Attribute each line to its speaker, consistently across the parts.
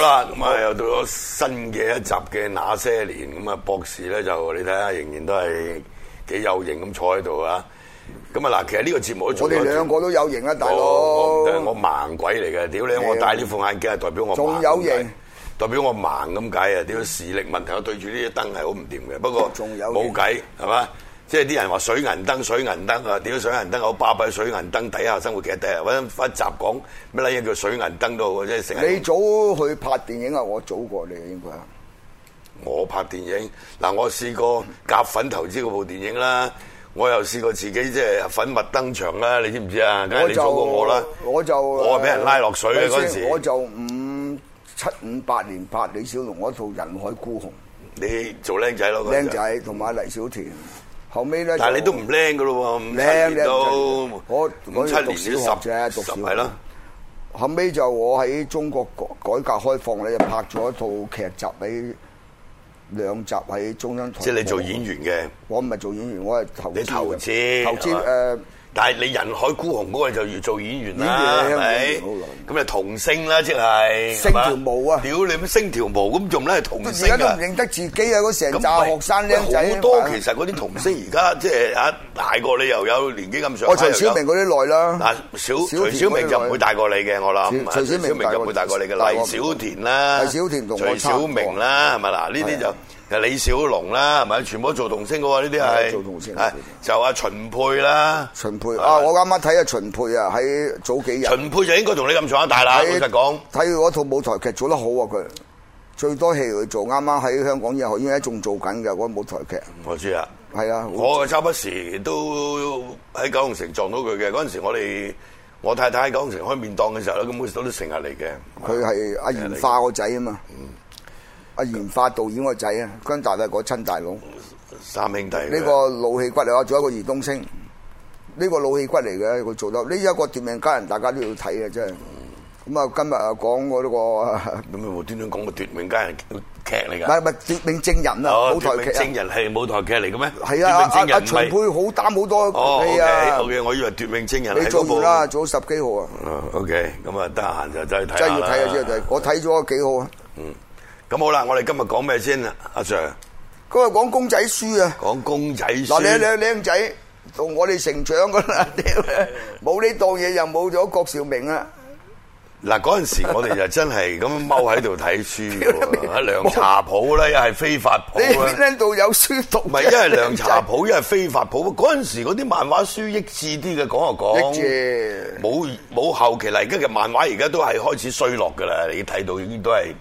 Speaker 1: 啦，咁啊又到咗新嘅一集嘅那些年，咁啊博士咧就你睇下，仍然都係幾有型咁坐喺度啊！咁啊嗱，其實呢個節目都
Speaker 2: 我
Speaker 1: 做咗
Speaker 2: 哋兩個都有型啊，大佬。
Speaker 1: 我我唔得我盲鬼嚟嘅，屌你！
Speaker 2: 係啊
Speaker 1: 我戴呢副眼鏡係代表我
Speaker 2: 仲
Speaker 1: 盲
Speaker 2: 有
Speaker 1: 咁解
Speaker 2: 型
Speaker 1: 代表我盲咁解啊！屌視力問題，我對住呢啲燈係好唔掂嘅。不過
Speaker 2: 仲有
Speaker 1: 冇
Speaker 2: 型
Speaker 1: 計係嘛？即係啲人話水銀燈、水銀燈啊！屌水銀燈好巴閉，水銀燈底下生活其實第日揾翻集講咩嘢叫水銀燈都好，即係成日
Speaker 2: 你早去拍電影啊，我早過你應
Speaker 1: 啊
Speaker 2: 該。
Speaker 1: 我拍電影嗱，我試過夾粉投資嗰部電影啦，我又試過自己即係粉墨登場啦，你知唔知啊？梗係你早過我啦，
Speaker 2: 我就
Speaker 1: 我係俾人拉落水嘅
Speaker 2: 等
Speaker 1: 嗰
Speaker 2: 陣
Speaker 1: 陣時
Speaker 2: 先我就五七五八年拍李小龍嗰套《人海孤雄
Speaker 1: 你做僆仔咯，》，嗰陣
Speaker 2: 靚仔同埋黎小田。後尾咧，
Speaker 1: 但係你
Speaker 2: 就
Speaker 1: 都唔僆噶咯喎，五
Speaker 2: 靚
Speaker 1: 七年都
Speaker 2: 靚我
Speaker 1: 五
Speaker 2: 我
Speaker 1: 七
Speaker 2: 讀
Speaker 1: 年
Speaker 2: 小
Speaker 1: 都
Speaker 2: 學啫
Speaker 1: 十
Speaker 2: 讀
Speaker 1: 十
Speaker 2: 小學
Speaker 1: 係啦，
Speaker 2: 後尾就我喺中國改改革開放咧，就拍咗一套劇集喺兩集喺中央台。
Speaker 1: 即係你做演，員嘅。
Speaker 2: 我唔係做演員，我係投資嘅。啊
Speaker 1: 你投資
Speaker 2: 投資
Speaker 1: 係嘛
Speaker 2: 誒。
Speaker 1: 但係你人海孤雄嗰個就要做演員啦，係
Speaker 2: 演員
Speaker 1: 咪
Speaker 2: 演員好？
Speaker 1: 咁你童星啦，即係
Speaker 2: 星條毛
Speaker 1: 係
Speaker 2: 啊
Speaker 1: 嘛屌你乜星條毛咁仲咧係童
Speaker 2: 而
Speaker 1: 星
Speaker 2: 家都
Speaker 1: 啊
Speaker 2: 唔！認得自己啊！嗰成扎
Speaker 1: 喂
Speaker 2: 學生僆仔
Speaker 1: 好多其實嗰啲童星而 家即係啊大過你又有年紀咁上，
Speaker 2: 我徐小明。嗰啲耐
Speaker 1: 啊嗱
Speaker 2: 啦，，
Speaker 1: 小
Speaker 2: 小
Speaker 1: 徐小明就唔會
Speaker 2: 大。
Speaker 1: 大過你嘅，我諗。啊
Speaker 2: 徐徐小明
Speaker 1: 徐就唔會大過你嘅。
Speaker 2: 大過
Speaker 1: 黎小田啦，
Speaker 2: 黎小田同我
Speaker 1: 徐小明啦，係咪嗱？呢啲
Speaker 2: 係啊
Speaker 1: 就李小龍啦，係咪？全部都做童星嘅喎，呢啲
Speaker 2: 係
Speaker 1: 係
Speaker 2: 啊做童星
Speaker 1: 係就阿秦沛啦，
Speaker 2: 秦沛
Speaker 1: 係
Speaker 2: 啊！我啱啱睇啊秦沛啊，喺早幾日
Speaker 1: 秦沛就應該同你咁上下大啦。老
Speaker 2: 睇
Speaker 1: 實講，
Speaker 2: 睇佢嗰套舞台劇做得好啊！佢最多戲佢做，啱啱喺香港音樂學院仲做緊嘅嗰個舞台劇，
Speaker 1: 我知啊。
Speaker 2: 係啊！
Speaker 1: 我周不時都喺九龍城撞到佢嘅。嗰陣時我哋我太太喺九龍城開麵檔嘅時候咧，咁佢都成日嚟嘅。
Speaker 2: 佢係阿嚴化個仔啊嘛，
Speaker 1: 嗯
Speaker 2: 阿嚴化導演個仔啊，跟大衛嗰親大佬。
Speaker 1: 三兄弟啊
Speaker 2: 呢個老氣骨嚟啊，仲有一個移東星，呢、個老氣骨嚟嘅，佢做到呢一個奪命家人，大家都要睇嘅，真係。咁啊，今日啊講我呢個
Speaker 1: 咁咪無端端講個奪命佳人劇嚟
Speaker 2: 唔係
Speaker 1: 㗎？
Speaker 2: 唔係奪命證人啊，
Speaker 1: 哦
Speaker 2: 舞台
Speaker 1: 奪
Speaker 2: 劇
Speaker 1: 命證
Speaker 2: 啊，
Speaker 1: 人係舞台劇嚟嘅咩？
Speaker 2: 係
Speaker 1: 奪
Speaker 2: 啊，阿
Speaker 1: 命證
Speaker 2: 阿
Speaker 1: 人唔
Speaker 2: 秦沛
Speaker 1: 係。
Speaker 2: 好擔好多
Speaker 1: 哦
Speaker 2: 戲啊，
Speaker 1: ，OK，OK，我以為奪命證人
Speaker 2: 你
Speaker 1: 係
Speaker 2: 做
Speaker 1: 嗰部
Speaker 2: 完。啦，做咗十幾號啊，
Speaker 1: 嗯，OK，咁啊，得閒就走去睇
Speaker 2: 真
Speaker 1: 下
Speaker 2: 係要
Speaker 1: 啦
Speaker 2: 睇啊，真係要睇。我睇咗幾好啊，
Speaker 1: 咁好啦，我哋今日講咩先啊？阿 Sir，
Speaker 2: 今日講公仔書啊，
Speaker 1: 講公仔書。
Speaker 2: 嗱你你僆仔同我哋成長噶啦， 屌冇呢檔嘢又冇咗郭兆明啊。
Speaker 1: 嗱嗰陣時，我哋就真係咁樣踎喺度睇書 喎，喺涼茶鋪咧，又係非法鋪
Speaker 2: 你
Speaker 1: 啦。
Speaker 2: 邊度有書讀啫？
Speaker 1: 唔係，一係涼茶鋪，一係非法鋪。嗰陣時嗰啲漫畫書益智啲嘅，講就講。
Speaker 2: 益智
Speaker 1: 冇冇後期嚟，而家嘅漫畫而家都係開始衰落㗎啦。你睇到已經都係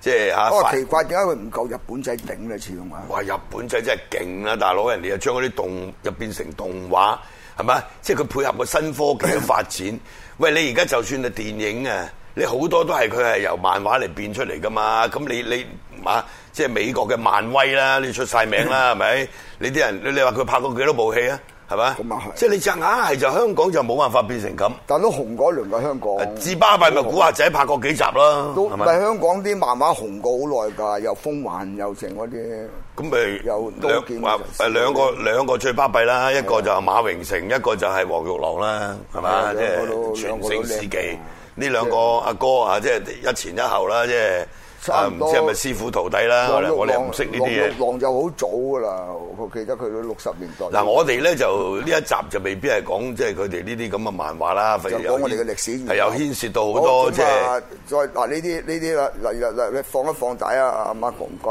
Speaker 1: 即係啊嚇。
Speaker 2: 哦，
Speaker 1: 發
Speaker 2: 奇怪，點解佢唔夠日本仔頂咧？始終啊，
Speaker 1: 哇！日本仔真係勁啦，大佬，人哋又將嗰啲動又變成動畫，係咪？即係佢配合個新科技嘅發展。 喂，你而家就算係電影啊，你好多都係佢係由漫畫嚟變出嚟噶嘛。咁你你啊，即係美國嘅漫威啦，你出晒名 啦，係咪？你啲人你你話佢拍過幾多部戲啊？係咪？
Speaker 2: 咁啊係
Speaker 1: 即係你隻硬係就香港就冇辦法變成咁。
Speaker 2: 但都紅過一輪嘅香港。
Speaker 1: 至巴閉咪古惑仔拍過幾集啦，
Speaker 2: 哦都
Speaker 1: 係
Speaker 2: 唔
Speaker 1: 咪
Speaker 2: 係？香港啲漫畫紅過好耐㗎，又風雲又成嗰啲。
Speaker 1: 咁咪
Speaker 2: 有
Speaker 1: 兩
Speaker 2: 刀劍
Speaker 1: 話
Speaker 2: 神
Speaker 1: 誒兩個兩個最巴閉啦，一個就係馬榮成，一個就係黃玉郎啦，係嘛？
Speaker 2: 係啊
Speaker 1: 即
Speaker 2: 兩個都
Speaker 1: 係全盛時
Speaker 2: 兩個都靚
Speaker 1: 期。呢兩個阿哥啊，即係一前一後啦，即係啊
Speaker 2: 差
Speaker 1: 唔
Speaker 2: 唔多
Speaker 1: 知係咪師傅徒弟啦？我哋我哋唔識呢啲嘢
Speaker 2: 黃。玉郎就好早㗎啦，我記得佢都六十年代。
Speaker 1: 嗱，我哋咧就呢一集就未必係講即係佢哋呢啲咁嘅漫畫啦，
Speaker 2: 就
Speaker 1: 譬如
Speaker 2: 講我哋嘅歷史
Speaker 1: 係有牽涉到好多即係。
Speaker 2: 係再嗱呢啲呢啲啦，嗱嗱嗱，你放一放大啊，阿媽講唔該。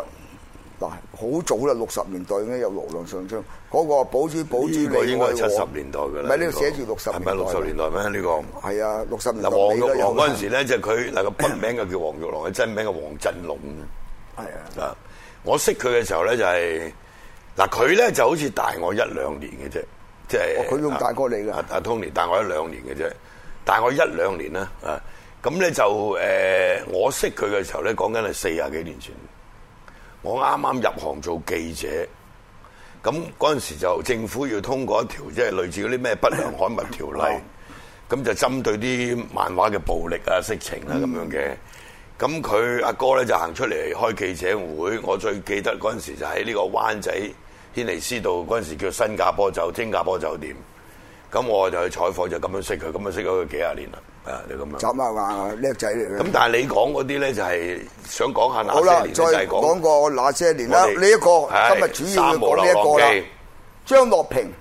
Speaker 2: 嗱，好早啦，六十年代已經有陸梁上將嗰個寶珠寶珠
Speaker 1: 呢個
Speaker 2: 你
Speaker 1: 應
Speaker 2: 愛
Speaker 1: 該
Speaker 2: 我
Speaker 1: 係七十年代㗎啦。
Speaker 2: 唔係呢度寫住六十
Speaker 1: 係
Speaker 2: 年
Speaker 1: 咪
Speaker 2: 代。
Speaker 1: 六十年代咩？呢個？
Speaker 2: 係啊，六十年代
Speaker 1: 嗱，黃
Speaker 2: 尾
Speaker 1: 玉
Speaker 2: 啦
Speaker 1: 郎
Speaker 2: 有
Speaker 1: 嗰陣時咧，就佢嗱個筆名就叫黃玉郎，佢真名叫黃振龍
Speaker 2: 係啊，
Speaker 1: 啊！我識佢嘅時候咧，就係嗱佢咧就好似大我一兩年嘅啫，即
Speaker 2: 哦
Speaker 1: 係
Speaker 2: 佢仲大過你㗎
Speaker 1: 阿阿 Tony 大我一兩年嘅啫，大我一兩年啦啊！咁咧就誒，我識佢嘅時候咧，講緊係四廿幾年前，我啱啱入行做記者。咁嗰陣時就政府要通過一條即係類似嗰啲咩不良刊物條
Speaker 2: 哦
Speaker 1: 例，咁就針對啲漫畫嘅暴力啊、色情
Speaker 2: 嗯
Speaker 1: 啊咁樣嘅。咁佢阿哥咧就行出嚟開記者會，我最記得嗰陣時就喺呢個灣仔軒尼詩道嗰陣時叫新加坡酒、新加坡酒店。咁我就去採訪就咁樣識佢，咁樣識咗佢幾廿年啦。啊，你咁樣。
Speaker 2: 眨下眼叻仔嚟嘅。
Speaker 1: 咁但係你講嗰啲咧，就係想講下
Speaker 2: 好
Speaker 1: 那些，
Speaker 2: 啦
Speaker 1: 年呢，
Speaker 2: 再
Speaker 1: 就係
Speaker 2: 講
Speaker 1: 講
Speaker 2: 過那些年啦，呢
Speaker 1: 我哋
Speaker 2: 一個
Speaker 1: 係
Speaker 2: 今日主要要
Speaker 1: 三毛
Speaker 2: 講呢一個
Speaker 1: 流
Speaker 2: 啦
Speaker 1: 浪記。
Speaker 2: 張樂平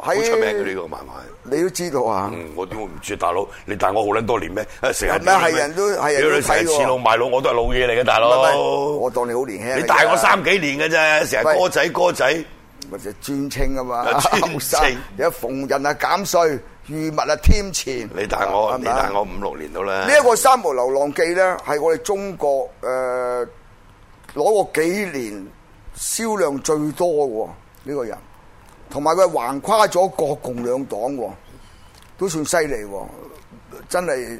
Speaker 1: 好出名
Speaker 2: 喺
Speaker 1: 嘅呢個漫畫。
Speaker 2: 你都知道啊，
Speaker 1: 嗯，我點會唔知大佬？你大我好撚多年咩？啊成日
Speaker 2: 係咪係人都係人都
Speaker 1: 屌你成日
Speaker 2: 睇喎
Speaker 1: 恃老賣老，我都係老嘢嚟嘅，大
Speaker 2: 唔係唔
Speaker 1: 佬。
Speaker 2: 係我當你好年輕。
Speaker 1: 你大我三，幾年嘅啫，成
Speaker 2: 喂
Speaker 1: 日哥仔哥仔。
Speaker 2: 咪就專稱啊嘛，
Speaker 1: 啊 專稱
Speaker 2: 後生有逢人啊減税，遇物啊添錢。
Speaker 1: 你大我，
Speaker 2: 係
Speaker 1: 你
Speaker 2: 咪啊
Speaker 1: 大我五六年到啦。
Speaker 2: 呢一個《三毛流浪記》咧，係我哋中國誒攞過幾年銷量最多嘅喎呢、個人，同埋佢係橫跨咗國共兩黨喎，都算犀利喎！真係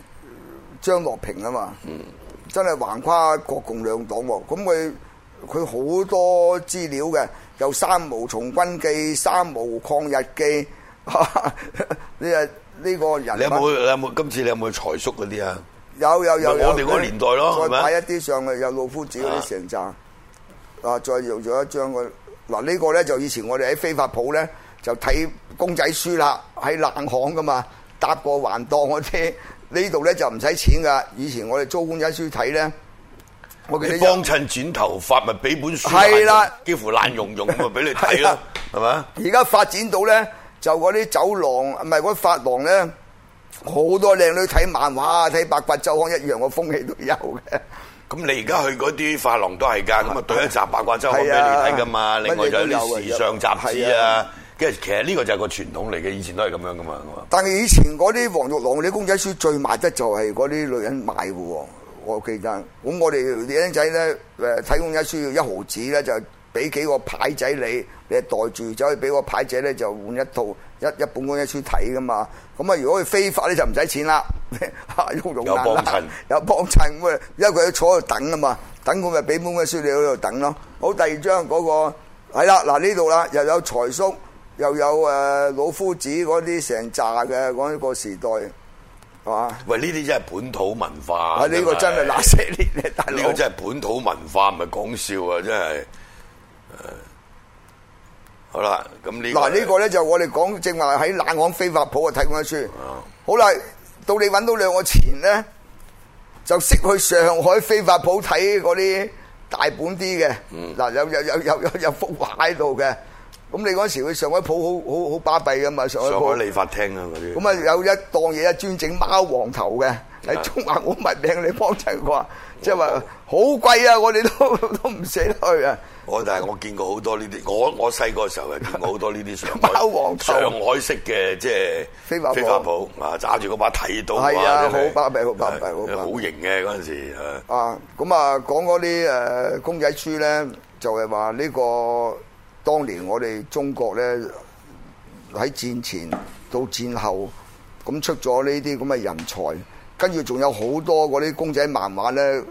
Speaker 2: 張樂平啊嘛，
Speaker 1: 嗯
Speaker 2: 真係橫跨國共兩黨喎。咁佢佢好多資料嘅，有《三毛從軍記》《三毛抗日記》呢啊呢個人物
Speaker 1: 你有冇你有冇今次你有冇財叔嗰啲啊？
Speaker 2: 有有有
Speaker 1: 咪
Speaker 2: 有，
Speaker 1: 我哋嗰個年代咯係
Speaker 2: 再
Speaker 1: 咪
Speaker 2: 擺一啲上去，有老夫子嗰
Speaker 1: 啊
Speaker 2: 啲成站，啊，再用咗一張個嗱呢個咧就以前我哋喺非法鋪咧就睇公仔書啦，喺冷巷噶嘛，搭個環檔嗰啲，呢度咧就唔使錢噶。以前我哋租公仔書睇咧，我記得
Speaker 1: 你
Speaker 2: 有
Speaker 1: 幫襯剪頭髮咪俾本書，
Speaker 2: 係啦，
Speaker 1: 幾乎爛融融咁啊，俾你睇
Speaker 2: 係啦
Speaker 1: 啦，係咪啊？
Speaker 2: 而家發展到咧，就嗰啲走廊唔係嗰啲髮廊咧，好多靚女睇漫畫啊，睇八卦周刊一樣嘅風氣都有嘅。
Speaker 1: 咁你而家去嗰啲髮廊都係㗎，咁啊對一集八卦周刊俾
Speaker 2: 係
Speaker 1: 你
Speaker 2: 啊
Speaker 1: 睇㗎嘛，另外就有啲時尚雜誌
Speaker 2: 係
Speaker 1: 啊
Speaker 2: 啊，
Speaker 1: 跟住其實呢個就係個傳統嚟嘅，以前都係咁樣㗎嘛，係嘛
Speaker 2: 但係以前嗰啲黃玉郎嗰啲公仔書最賣得就係嗰啲女人賣嘅喎，我記得。咁我哋僆仔咧，誒睇公仔書要一毫子咧，就俾幾個牌仔你，你係袋住走去俾個牌仔咧就換一套一一本公仔書睇噶嘛。咁啊，如果佢非法咧就唔使錢啦， 用用
Speaker 1: 有
Speaker 2: 難啦
Speaker 1: 幫襯
Speaker 2: 有幫襯咁啊，因為佢要坐喺度等啊嘛，等佢咪俾本嘅書你喺度等咯。好，第二張嗰、個係啦，嗱呢度啦，又有財叔，又有誒、呃老夫子嗰啲成扎嘅嗰一個時代，係嘛？
Speaker 1: 喂，呢啲真係本土文化。
Speaker 2: 啊呢個真係那些年咧，大
Speaker 1: 啊呢
Speaker 2: 佬
Speaker 1: 個。真係本土文化，唔係講笑啊！真係。誒好啦，咁呢個
Speaker 2: 嗱呢個咧就我哋講正話喺冷巷非法鋪啊睇嗰本書
Speaker 1: 啊。
Speaker 2: 好啦，到你揾到兩個錢咧，就識去上海非法鋪睇嗰啲大本啲嘅。
Speaker 1: 嗯
Speaker 2: 嗱有有有有有有幅畫喺度嘅。咁你嗰時去上海鋪好好好巴閉噶嘛？上海
Speaker 1: 上海
Speaker 2: 鋪
Speaker 1: 理髮廳啊嗰啲。
Speaker 2: 咁啊有一檔嘢一專整貓王頭嘅，喺中華好物名你幫襯過，即係話好貴啊！我哋都 都唔捨得去啊！
Speaker 1: 我但係我見過好多呢啲，我我細個嘅時候係見過好多呢啲上海
Speaker 2: 貓王頭
Speaker 1: 上海式嘅即係
Speaker 2: 非法鋪
Speaker 1: 非法鋪啊，揸住嗰把剃刀
Speaker 2: 係啊
Speaker 1: 哇真係
Speaker 2: 好巴閉好巴閉好巴閉
Speaker 1: 好型嘅嗰陣時啊
Speaker 2: 啊，咁啊講嗰啲誒公仔書咧，就係話呢個當年我哋中國咧喺戰前到戰後，咁出咗呢啲咁嘅人才，跟住仲有好多嗰啲公仔漫畫咧，誒、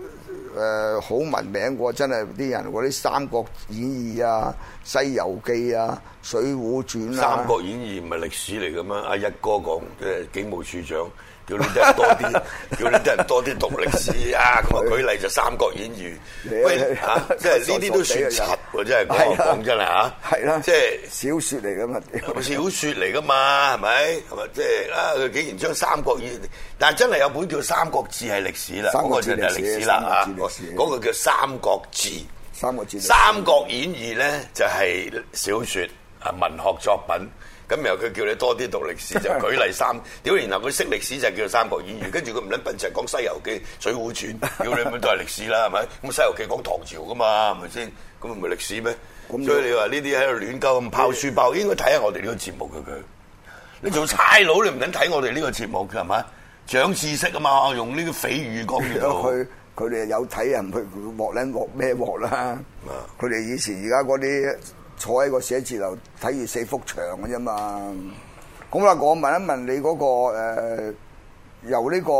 Speaker 2: 呃好聞名喎，真係啲人嗰啲《三國演義》啊，《西遊記》啊，《水滸傳》
Speaker 1: 《
Speaker 2: 啊，
Speaker 1: 三國演義》唔係歷史嚟嘅咩？阿一哥講即係警務處長，叫你啲人多啲， 叫你啲人多啲讀歷史啊！咁啊舉例就《三國演義》，
Speaker 2: 你啊
Speaker 1: 喂嚇，即係呢啲都算柒喎！真係講
Speaker 2: 係啊
Speaker 1: 講真啊嚇，
Speaker 2: 係啦，
Speaker 1: 即係。
Speaker 2: 小說嚟噶嘛，屌
Speaker 1: 小説嚟噶嘛，係咪？係咪即係啊？佢竟然將《三國演義》，但係真係有本叫《三國志》係歷史啦，
Speaker 2: 三
Speaker 1: 嗰
Speaker 2: 國
Speaker 1: 個
Speaker 2: 志
Speaker 1: 就係歷史啦嚇。
Speaker 2: 歷史三國志歷史
Speaker 1: 嗰個叫《三國志》，
Speaker 2: 三個字
Speaker 1: 《
Speaker 2: 嚟。
Speaker 1: 三國演義》咧就係小説啊文學作品。咁然後佢叫你多啲讀歷史，就舉例 三屌，然後佢識歷史就叫《三國演義》，跟住佢唔撚笨就係講《西遊記》《水滸傳》，屌你咪都係歷史啦，係咪？咁《西遊記》講唐朝噶嘛，係咪先？咁唔係歷史咩？
Speaker 2: 咁
Speaker 1: 所以你話呢啲喺度亂鳩咁拋書包，應該睇下我哋呢個節目嘅佢。你做差佬你唔撚睇我哋呢個節目嘅係咪？長知識啊嘛，用呢啲蜚語講嘢到。
Speaker 2: 佢佢哋有睇人去鑊撚鑊咩鑊啦
Speaker 1: 啊！
Speaker 2: 佢哋以前而家嗰啲坐喺個寫字樓睇住四幅牆嘅啫嘛。咁啦，我問一問你嗰、個、呃、由呢、個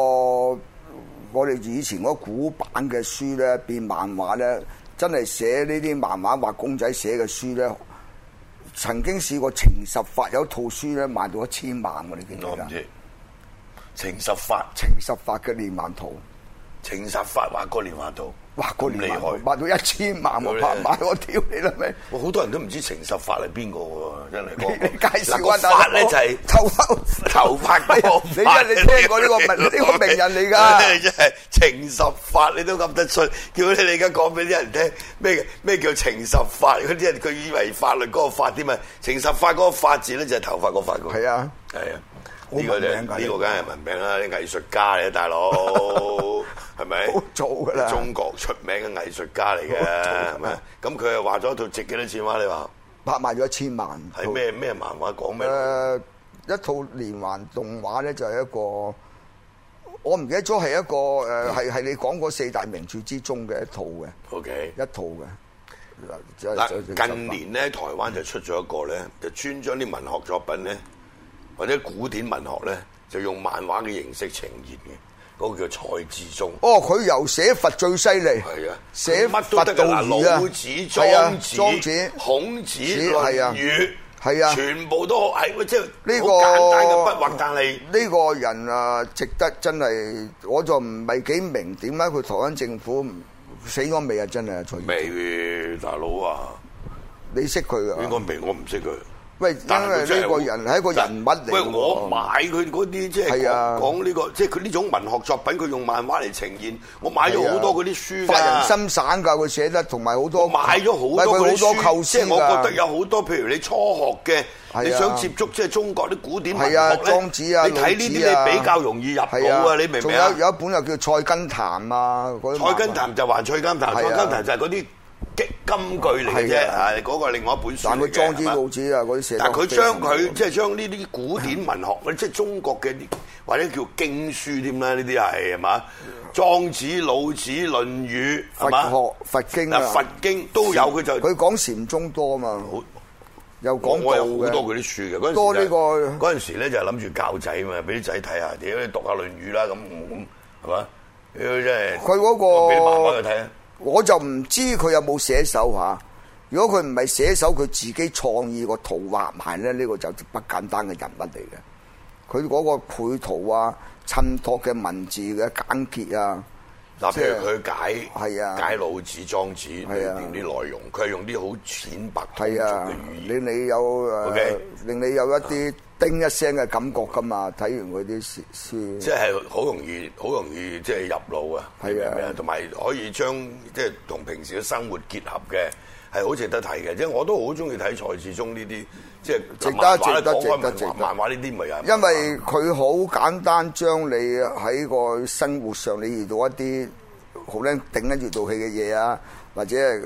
Speaker 2: 我哋以前嗰古版嘅書咧變漫畫咧，真係寫呢啲漫畫畫公仔寫嘅書咧。曾經試過情十法有一套書咧賣到一千萬喎，你記唔記
Speaker 1: 我唔
Speaker 2: 得？
Speaker 1: 知情十法。
Speaker 2: 情十法嘅連環圖。
Speaker 1: 情殺法畫哥連環圖，
Speaker 2: 哇！嗰年
Speaker 1: 咁厲害
Speaker 2: 賣賣到一千萬
Speaker 1: 咁
Speaker 2: 喎，
Speaker 1: 你
Speaker 2: 拍賣我屌你啦咩？
Speaker 1: 哇！好多人都唔知情實法係邊個喎，真係嗰
Speaker 2: 你
Speaker 1: 個。
Speaker 2: 介紹啊
Speaker 1: 嗱個，法咧就係
Speaker 2: 頭髮
Speaker 1: 頭髮嗰個
Speaker 2: 你真 哎係你聽過呢個名呢個名 人嚟㗎
Speaker 1: 你真係情十法你都噏得出，叫你你而家講俾啲人聽咩咩叫情十法？嗰啲人佢以為法律嗰個法添啊，情十法嗰個法字咧就係頭髮個法個。
Speaker 2: 係啊，
Speaker 1: 係啊，
Speaker 2: 好
Speaker 1: 呢個就
Speaker 2: 文明㗎
Speaker 1: 呢個梗係文明啦，啲藝術家嚟嘅大 佬，係咪？
Speaker 2: 好早㗎啦
Speaker 1: 中國出名嘅藝術家嚟嘅，係咪？咁佢又話咗一套值幾多錢話？啊你話
Speaker 2: 拍賣咗一千萬。
Speaker 1: 係咩咩漫畫講咩？
Speaker 2: 誒一套連環動畫咧，就係一個我唔記得咗係一個誒係係你講嗰四大名著之中嘅一套嘅
Speaker 1: O K，
Speaker 2: 一套嘅。就
Speaker 1: 嗱
Speaker 2: 就就
Speaker 1: 近年咧，台灣就出咗一個咧，就專將啲文學作品咧，或者古典文學咧，就用漫畫嘅形式呈現嘅，嗰、個叫蔡志忠。
Speaker 2: 哦，佢由寫佛最犀利，
Speaker 1: 係啊，
Speaker 2: 寫
Speaker 1: 乜都
Speaker 2: 佛
Speaker 1: 得
Speaker 2: 道
Speaker 1: 㗎嗱，
Speaker 2: 儒啊
Speaker 1: 老子、
Speaker 2: 係啊
Speaker 1: 莊子、
Speaker 2: 莊子
Speaker 1: 孔子、
Speaker 2: 子
Speaker 1: 論
Speaker 2: 係啊
Speaker 1: 語，
Speaker 2: 係啊
Speaker 1: 全部都好係即係
Speaker 2: 呢個
Speaker 1: 好簡單嘅筆畫，但係
Speaker 2: 呢個人啊，值得真係，我就唔係幾明點解佢台灣政府唔死咗未啊？真係蔡英文，
Speaker 1: 未大佬啊，
Speaker 2: 你識佢
Speaker 1: 應
Speaker 2: 啊？
Speaker 1: 該未，我唔識佢。
Speaker 2: 喂，
Speaker 1: 但
Speaker 2: 因
Speaker 1: 係
Speaker 2: 為
Speaker 1: 佢真
Speaker 2: 呢個
Speaker 1: 好
Speaker 2: 人係一個人物嚟
Speaker 1: 喂，
Speaker 2: 嘅
Speaker 1: 我
Speaker 2: 喎
Speaker 1: 買佢嗰啲即係
Speaker 2: 係啊
Speaker 1: 講講呢個，即係佢呢種文學作品，佢用漫畫嚟呈現。我買咗好多嗰啲書㗎
Speaker 2: 啊發人心散㗎，佢寫得，同埋好多
Speaker 1: 我買咗好多
Speaker 2: 喂
Speaker 1: 嗰
Speaker 2: 佢好
Speaker 1: 啲
Speaker 2: 多構
Speaker 1: 書，
Speaker 2: 思
Speaker 1: 即係我覺得
Speaker 2: 㗎。
Speaker 1: 有好多，譬如你初學
Speaker 2: 係啊
Speaker 1: 嘅，你想接觸即係中國啲古典文
Speaker 2: 係
Speaker 1: 學
Speaker 2: 啊
Speaker 1: 咧，
Speaker 2: 莊子啊，
Speaker 1: 你睇呢
Speaker 2: 老子
Speaker 1: 啲你比較容易入
Speaker 2: 係
Speaker 1: 到啊，你明唔
Speaker 2: 仲
Speaker 1: 明啊
Speaker 2: 有？有一本又叫《菜根譚》啊，嗰啲
Speaker 1: 菜根譚就還菜根譚，
Speaker 2: 係
Speaker 1: 菜
Speaker 2: 啊
Speaker 1: 根譚就係嗰啲激金句嚟嘅
Speaker 2: 係
Speaker 1: 啫，
Speaker 2: 啊
Speaker 1: 係嗰個另外一本書
Speaker 2: 但
Speaker 1: 嚟
Speaker 2: 佢
Speaker 1: 嘅
Speaker 2: 莊子、
Speaker 1: 係嘛
Speaker 2: 老子啊嗰啲寫得
Speaker 1: 但係佢將
Speaker 2: 非常
Speaker 1: 佢即係將呢啲古典文學， 即係中國嘅啲或者叫經書添啦，呢啲係係嘛？莊子、老子、《論語》係
Speaker 2: 佛
Speaker 1: 嘛？
Speaker 2: 學、佛經
Speaker 1: 嗱
Speaker 2: 啊，
Speaker 1: 佛經都有，佢就
Speaker 2: 佢講禪宗多啊嘛，
Speaker 1: 好
Speaker 2: 又
Speaker 1: 我
Speaker 2: 講道
Speaker 1: 我有好多嗰
Speaker 2: 嘅。
Speaker 1: 啲書嘅，嗰陣時
Speaker 2: 多呢
Speaker 1: 就
Speaker 2: 個
Speaker 1: 嗰陣時咧就係諗住教仔嘛，俾啲仔睇下，屌你讀下《論語》啦，咁咁係嘛？屌真係
Speaker 2: 佢嗰個
Speaker 1: 我俾啲媽媽佢睇啊！
Speaker 2: 我就唔知佢有冇寫手嚇。如果佢唔係寫手，佢自己創意個圖畫埋咧，呢、個就不簡單嘅人物嚟嘅。佢嗰個配圖啊、襯托嘅文字嘅簡潔啊，
Speaker 1: 嗱，
Speaker 2: 即
Speaker 1: 譬
Speaker 2: 係
Speaker 1: 如佢解
Speaker 2: 係啊
Speaker 1: 解老子、莊子裏
Speaker 2: 係啊
Speaker 1: 邊啲內容，佢係用啲好淺白通俗
Speaker 2: 係啊
Speaker 1: 嘅語，言。
Speaker 2: 令你有誒
Speaker 1: OK
Speaker 2: 令你有一啲叮一聲嘅感覺噶嘛。睇完佢啲詩書
Speaker 1: 即係好容易，好容易即係入腦啊！
Speaker 2: 係
Speaker 1: 你
Speaker 2: 啊
Speaker 1: 明唔明同埋可以將即係同平時嘅生活結合嘅，係好值得睇嘅。即係我都好中意睇蔡志忠呢啲，即係
Speaker 2: 值得
Speaker 1: 漫畫
Speaker 2: 值得
Speaker 1: 講開
Speaker 2: 值得
Speaker 1: 漫畫
Speaker 2: 值得
Speaker 1: 漫畫呢啲咪係
Speaker 2: 因為佢好簡單，將你喺個生活上你遇到一啲好靚頂得住道氣嘅嘢啊，或者係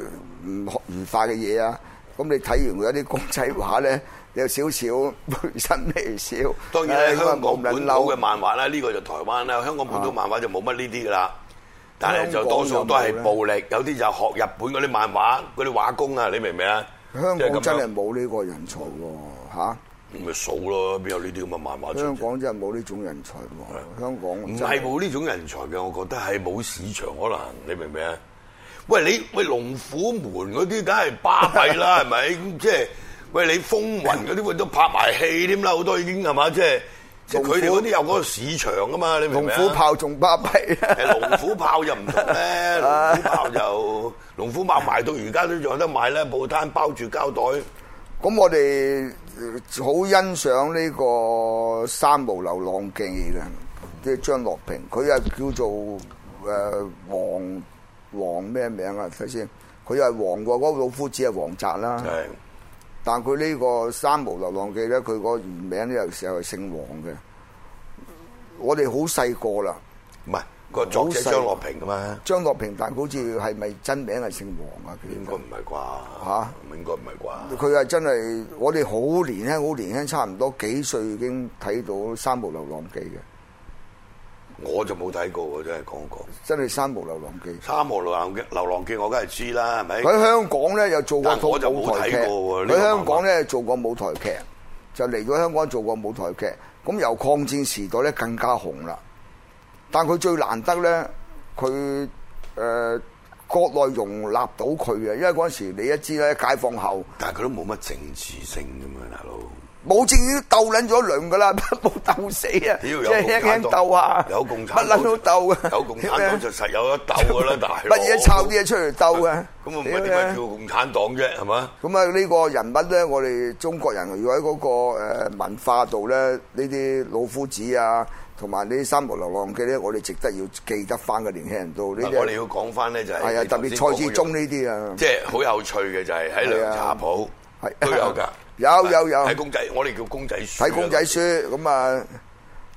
Speaker 2: 唔學唔化嘅嘢啊，咁你睇完佢一啲公仔畫咧，你有少少 背身微笑。
Speaker 1: 當然
Speaker 2: 唉
Speaker 1: 咧，香港
Speaker 2: 咁啊冇
Speaker 1: 本
Speaker 2: 撚
Speaker 1: 土
Speaker 2: 嬲
Speaker 1: 嘅
Speaker 2: 啊
Speaker 1: 漫畫啦，呢個就台灣啦。香港本土漫畫就冇乜呢啲噶啦，但係就多數都係暴力，有啲就學日本嗰啲漫畫嗰啲畫工啊，你明唔明啊？
Speaker 2: 香
Speaker 1: 即係咁樣
Speaker 2: 港真係冇呢個人才喎、嚇
Speaker 1: 咪數咯，邊有呢啲咁嘅漫畫出
Speaker 2: 香
Speaker 1: 啫？
Speaker 2: 港真係冇呢種人才喎，香港
Speaker 1: 唔
Speaker 2: 唔
Speaker 1: 係冇呢種人才嘅，我覺得係冇市場可能，你明唔明啊？喂，你喂龍虎門嗰啲，梗係巴閉啦， 係咪？咁即係喂你風雲嗰啲，喂都拍埋戲添啦，好多已經係嘛？即係即係
Speaker 2: 龍虎
Speaker 1: 佢哋嗰啲有嗰個市場噶嘛？你明唔
Speaker 2: 龍
Speaker 1: 明啊
Speaker 2: 虎豹仲巴閉
Speaker 1: 誒龍虎豹就唔同咧，龍虎豹就龍虎豹賣到而家都仲有得賣咧，報攤包住膠袋。
Speaker 2: 咁我哋呃好欣賞呢個《三無流浪記》嘅，即係張樂平，佢又叫做誒、呃、黃黃咩名啊？睇先，佢又係黃過嗰個老夫子係黃澤啦。
Speaker 1: 係
Speaker 2: 但佢呢個《三毛流浪記》咧，佢個原名咧有時候係姓黃嘅。我哋好細個啦，
Speaker 1: 唔係個作者張樂平噶嘛？
Speaker 2: 張樂平，但佢好似係咪真名係姓黃啊？佢
Speaker 1: 應
Speaker 2: 應
Speaker 1: 該唔係啩？
Speaker 2: 嚇
Speaker 1: 應該唔係啩？
Speaker 2: 佢係真係，我哋好年輕，好年輕，差唔多幾歲已經睇到《三毛流浪記》嘅，
Speaker 1: 我就冇睇過喎，真係講講
Speaker 2: 真係《三毛流浪記》。
Speaker 1: 《沙漠流浪記》，流浪記我梗係知啦，係咪？
Speaker 2: 佢喺香港咧又做過套
Speaker 1: 但我就冇
Speaker 2: 舞台劇，
Speaker 1: 睇過喎呢個
Speaker 2: 佢香港咧做過舞台劇，就嚟咗香港做過舞台劇。咁由抗戰時代咧更加紅啦。但佢最難得咧，佢誒呃國內容納到佢嘅，因為嗰陣時你一知咧，解放後
Speaker 1: 但係佢都冇乜政治性咁樣，大佬。
Speaker 2: 冇政治鬥撚咗糧噶 啦，冇鬥死啊，即
Speaker 1: 屌有
Speaker 2: 係輕輕
Speaker 1: 共產
Speaker 2: 鬥下
Speaker 1: 黨，，有共產
Speaker 2: 乜
Speaker 1: 黨
Speaker 2: 撚都鬥啊，
Speaker 1: 有共產黨就實有得鬥 噶啦，大佬。
Speaker 2: 乜嘢抄啲嘢出嚟鬥啊，
Speaker 1: 咁我唔
Speaker 2: 屌
Speaker 1: 係點
Speaker 2: 咧
Speaker 1: 解叫共產黨啫？係嘛？
Speaker 2: 咁啊，呢個人物咧，我哋中國人如果喺嗰個誒文化度咧，呢啲老夫子啊，同埋呢啲三毛流浪記咧，我哋值得要記得翻嘅年輕人度呢
Speaker 1: 嗱我哋
Speaker 2: 啲。
Speaker 1: 要講翻咧就係
Speaker 2: 係啊，
Speaker 1: 你
Speaker 2: 特
Speaker 1: 頭先
Speaker 2: 別
Speaker 1: 講嗰
Speaker 2: 蔡志
Speaker 1: 樣
Speaker 2: 忠呢啲啊，
Speaker 1: 即係好有趣嘅就係喺涼茶鋪
Speaker 2: 係啊
Speaker 1: 都有㗎，
Speaker 2: 有有有
Speaker 1: 睇公仔，我哋叫公仔書啦，啊
Speaker 2: 睇公仔書咁啊，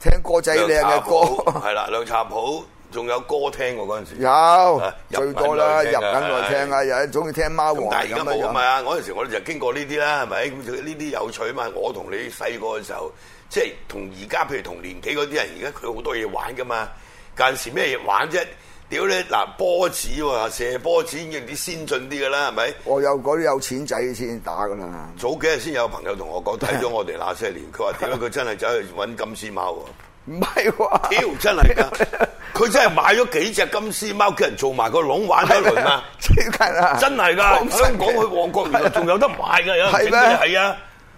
Speaker 2: 聽歌仔靚
Speaker 1: 涼茶
Speaker 2: 嘅
Speaker 1: 鋪
Speaker 2: 歌，
Speaker 1: 係啦，涼茶鋪仲有歌聽喎嗰陣時，
Speaker 2: 有
Speaker 1: 啊入
Speaker 2: 最多啦，入
Speaker 1: 緊內聽啊
Speaker 2: 緊來聽啊，有中意聽貓
Speaker 1: 咁
Speaker 2: 王
Speaker 1: 但係而
Speaker 2: 咁
Speaker 1: 家冇啊
Speaker 2: 樣。
Speaker 1: 嘛，嗰陣時我哋就經過呢啲啦，係咪？咁呢啲有趣啊嘛！我同你細個嘅時候，即係同而家譬如同年紀嗰啲人，而家佢好多嘢玩噶嘛。間時咩嘢玩啫？屌你嗱波子喎，射波子已經有啲先進啲噶啦，係咪？
Speaker 2: 我有嗰啲有錢仔先打噶啦，
Speaker 1: 早幾日先有朋友同我講睇咗我哋那些年，佢話點解佢真係走去揾金絲貓喎？
Speaker 2: 唔係喎。
Speaker 1: 屌真係㗎！佢真係買咗幾隻金絲貓，叫人做埋個籠玩咗一輪 啊！
Speaker 2: 最近啊，
Speaker 1: 真係㗎，
Speaker 2: 講真
Speaker 1: 香
Speaker 2: 嘅
Speaker 1: 港去旺角原來仲有得買㗎，有人整
Speaker 2: 係咩
Speaker 1: 嘅係啊！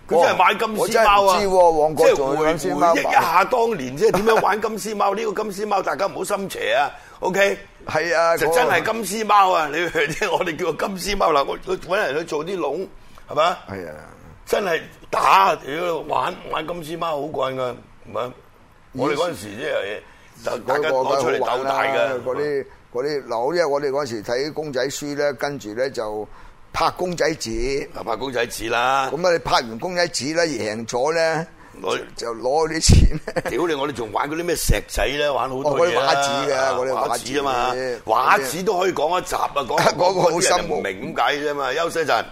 Speaker 1: 佢真係買金絲貓
Speaker 2: 我
Speaker 1: 啊！
Speaker 2: 真係唔知喎旺角
Speaker 1: 即係
Speaker 2: 仲有
Speaker 1: 回
Speaker 2: 金絲貓
Speaker 1: 回憶
Speaker 2: 賣
Speaker 1: 一下當年即係點樣玩金絲貓？呢個金絲貓大家唔好心邪啊！OK，
Speaker 2: 係啊，
Speaker 1: 就
Speaker 2: 嗰個
Speaker 1: 真係金絲貓啊！你即係我哋叫個金絲貓嗱，我我揾人去做啲籠係咪？
Speaker 2: 係啊。
Speaker 1: 真係打屌玩玩金絲貓好慣㗎，唔係我哋嗰陣時即係大
Speaker 2: 嗰
Speaker 1: 家
Speaker 2: 個
Speaker 1: 攞出嚟
Speaker 2: 好玩
Speaker 1: 鬥
Speaker 2: 啦
Speaker 1: 大㗎
Speaker 2: 嗰啲嗰啲嗱，因為我哋嗰時睇公仔書咧，跟住咧就拍公仔紙，
Speaker 1: 啊拍公仔紙啦，
Speaker 2: 咁啊你拍完公仔紙咧贏咗咧，
Speaker 1: 攞
Speaker 2: 就攞啲錢。
Speaker 1: 屌你！我哋仲玩嗰啲咩石仔咧，玩好多
Speaker 2: 哦嗰啲
Speaker 1: 嘢啦
Speaker 2: 畫紙嘅
Speaker 1: 啊
Speaker 2: 嗰啲
Speaker 1: 畫
Speaker 2: 畫
Speaker 1: 紙
Speaker 2: 紙
Speaker 1: 啊嘛
Speaker 2: 嗰啲，
Speaker 1: 畫紙都可以講一集啊！講
Speaker 2: 嗰個好
Speaker 1: 啲人
Speaker 2: 深奧
Speaker 1: 唔明點解啫嘛。休息陣。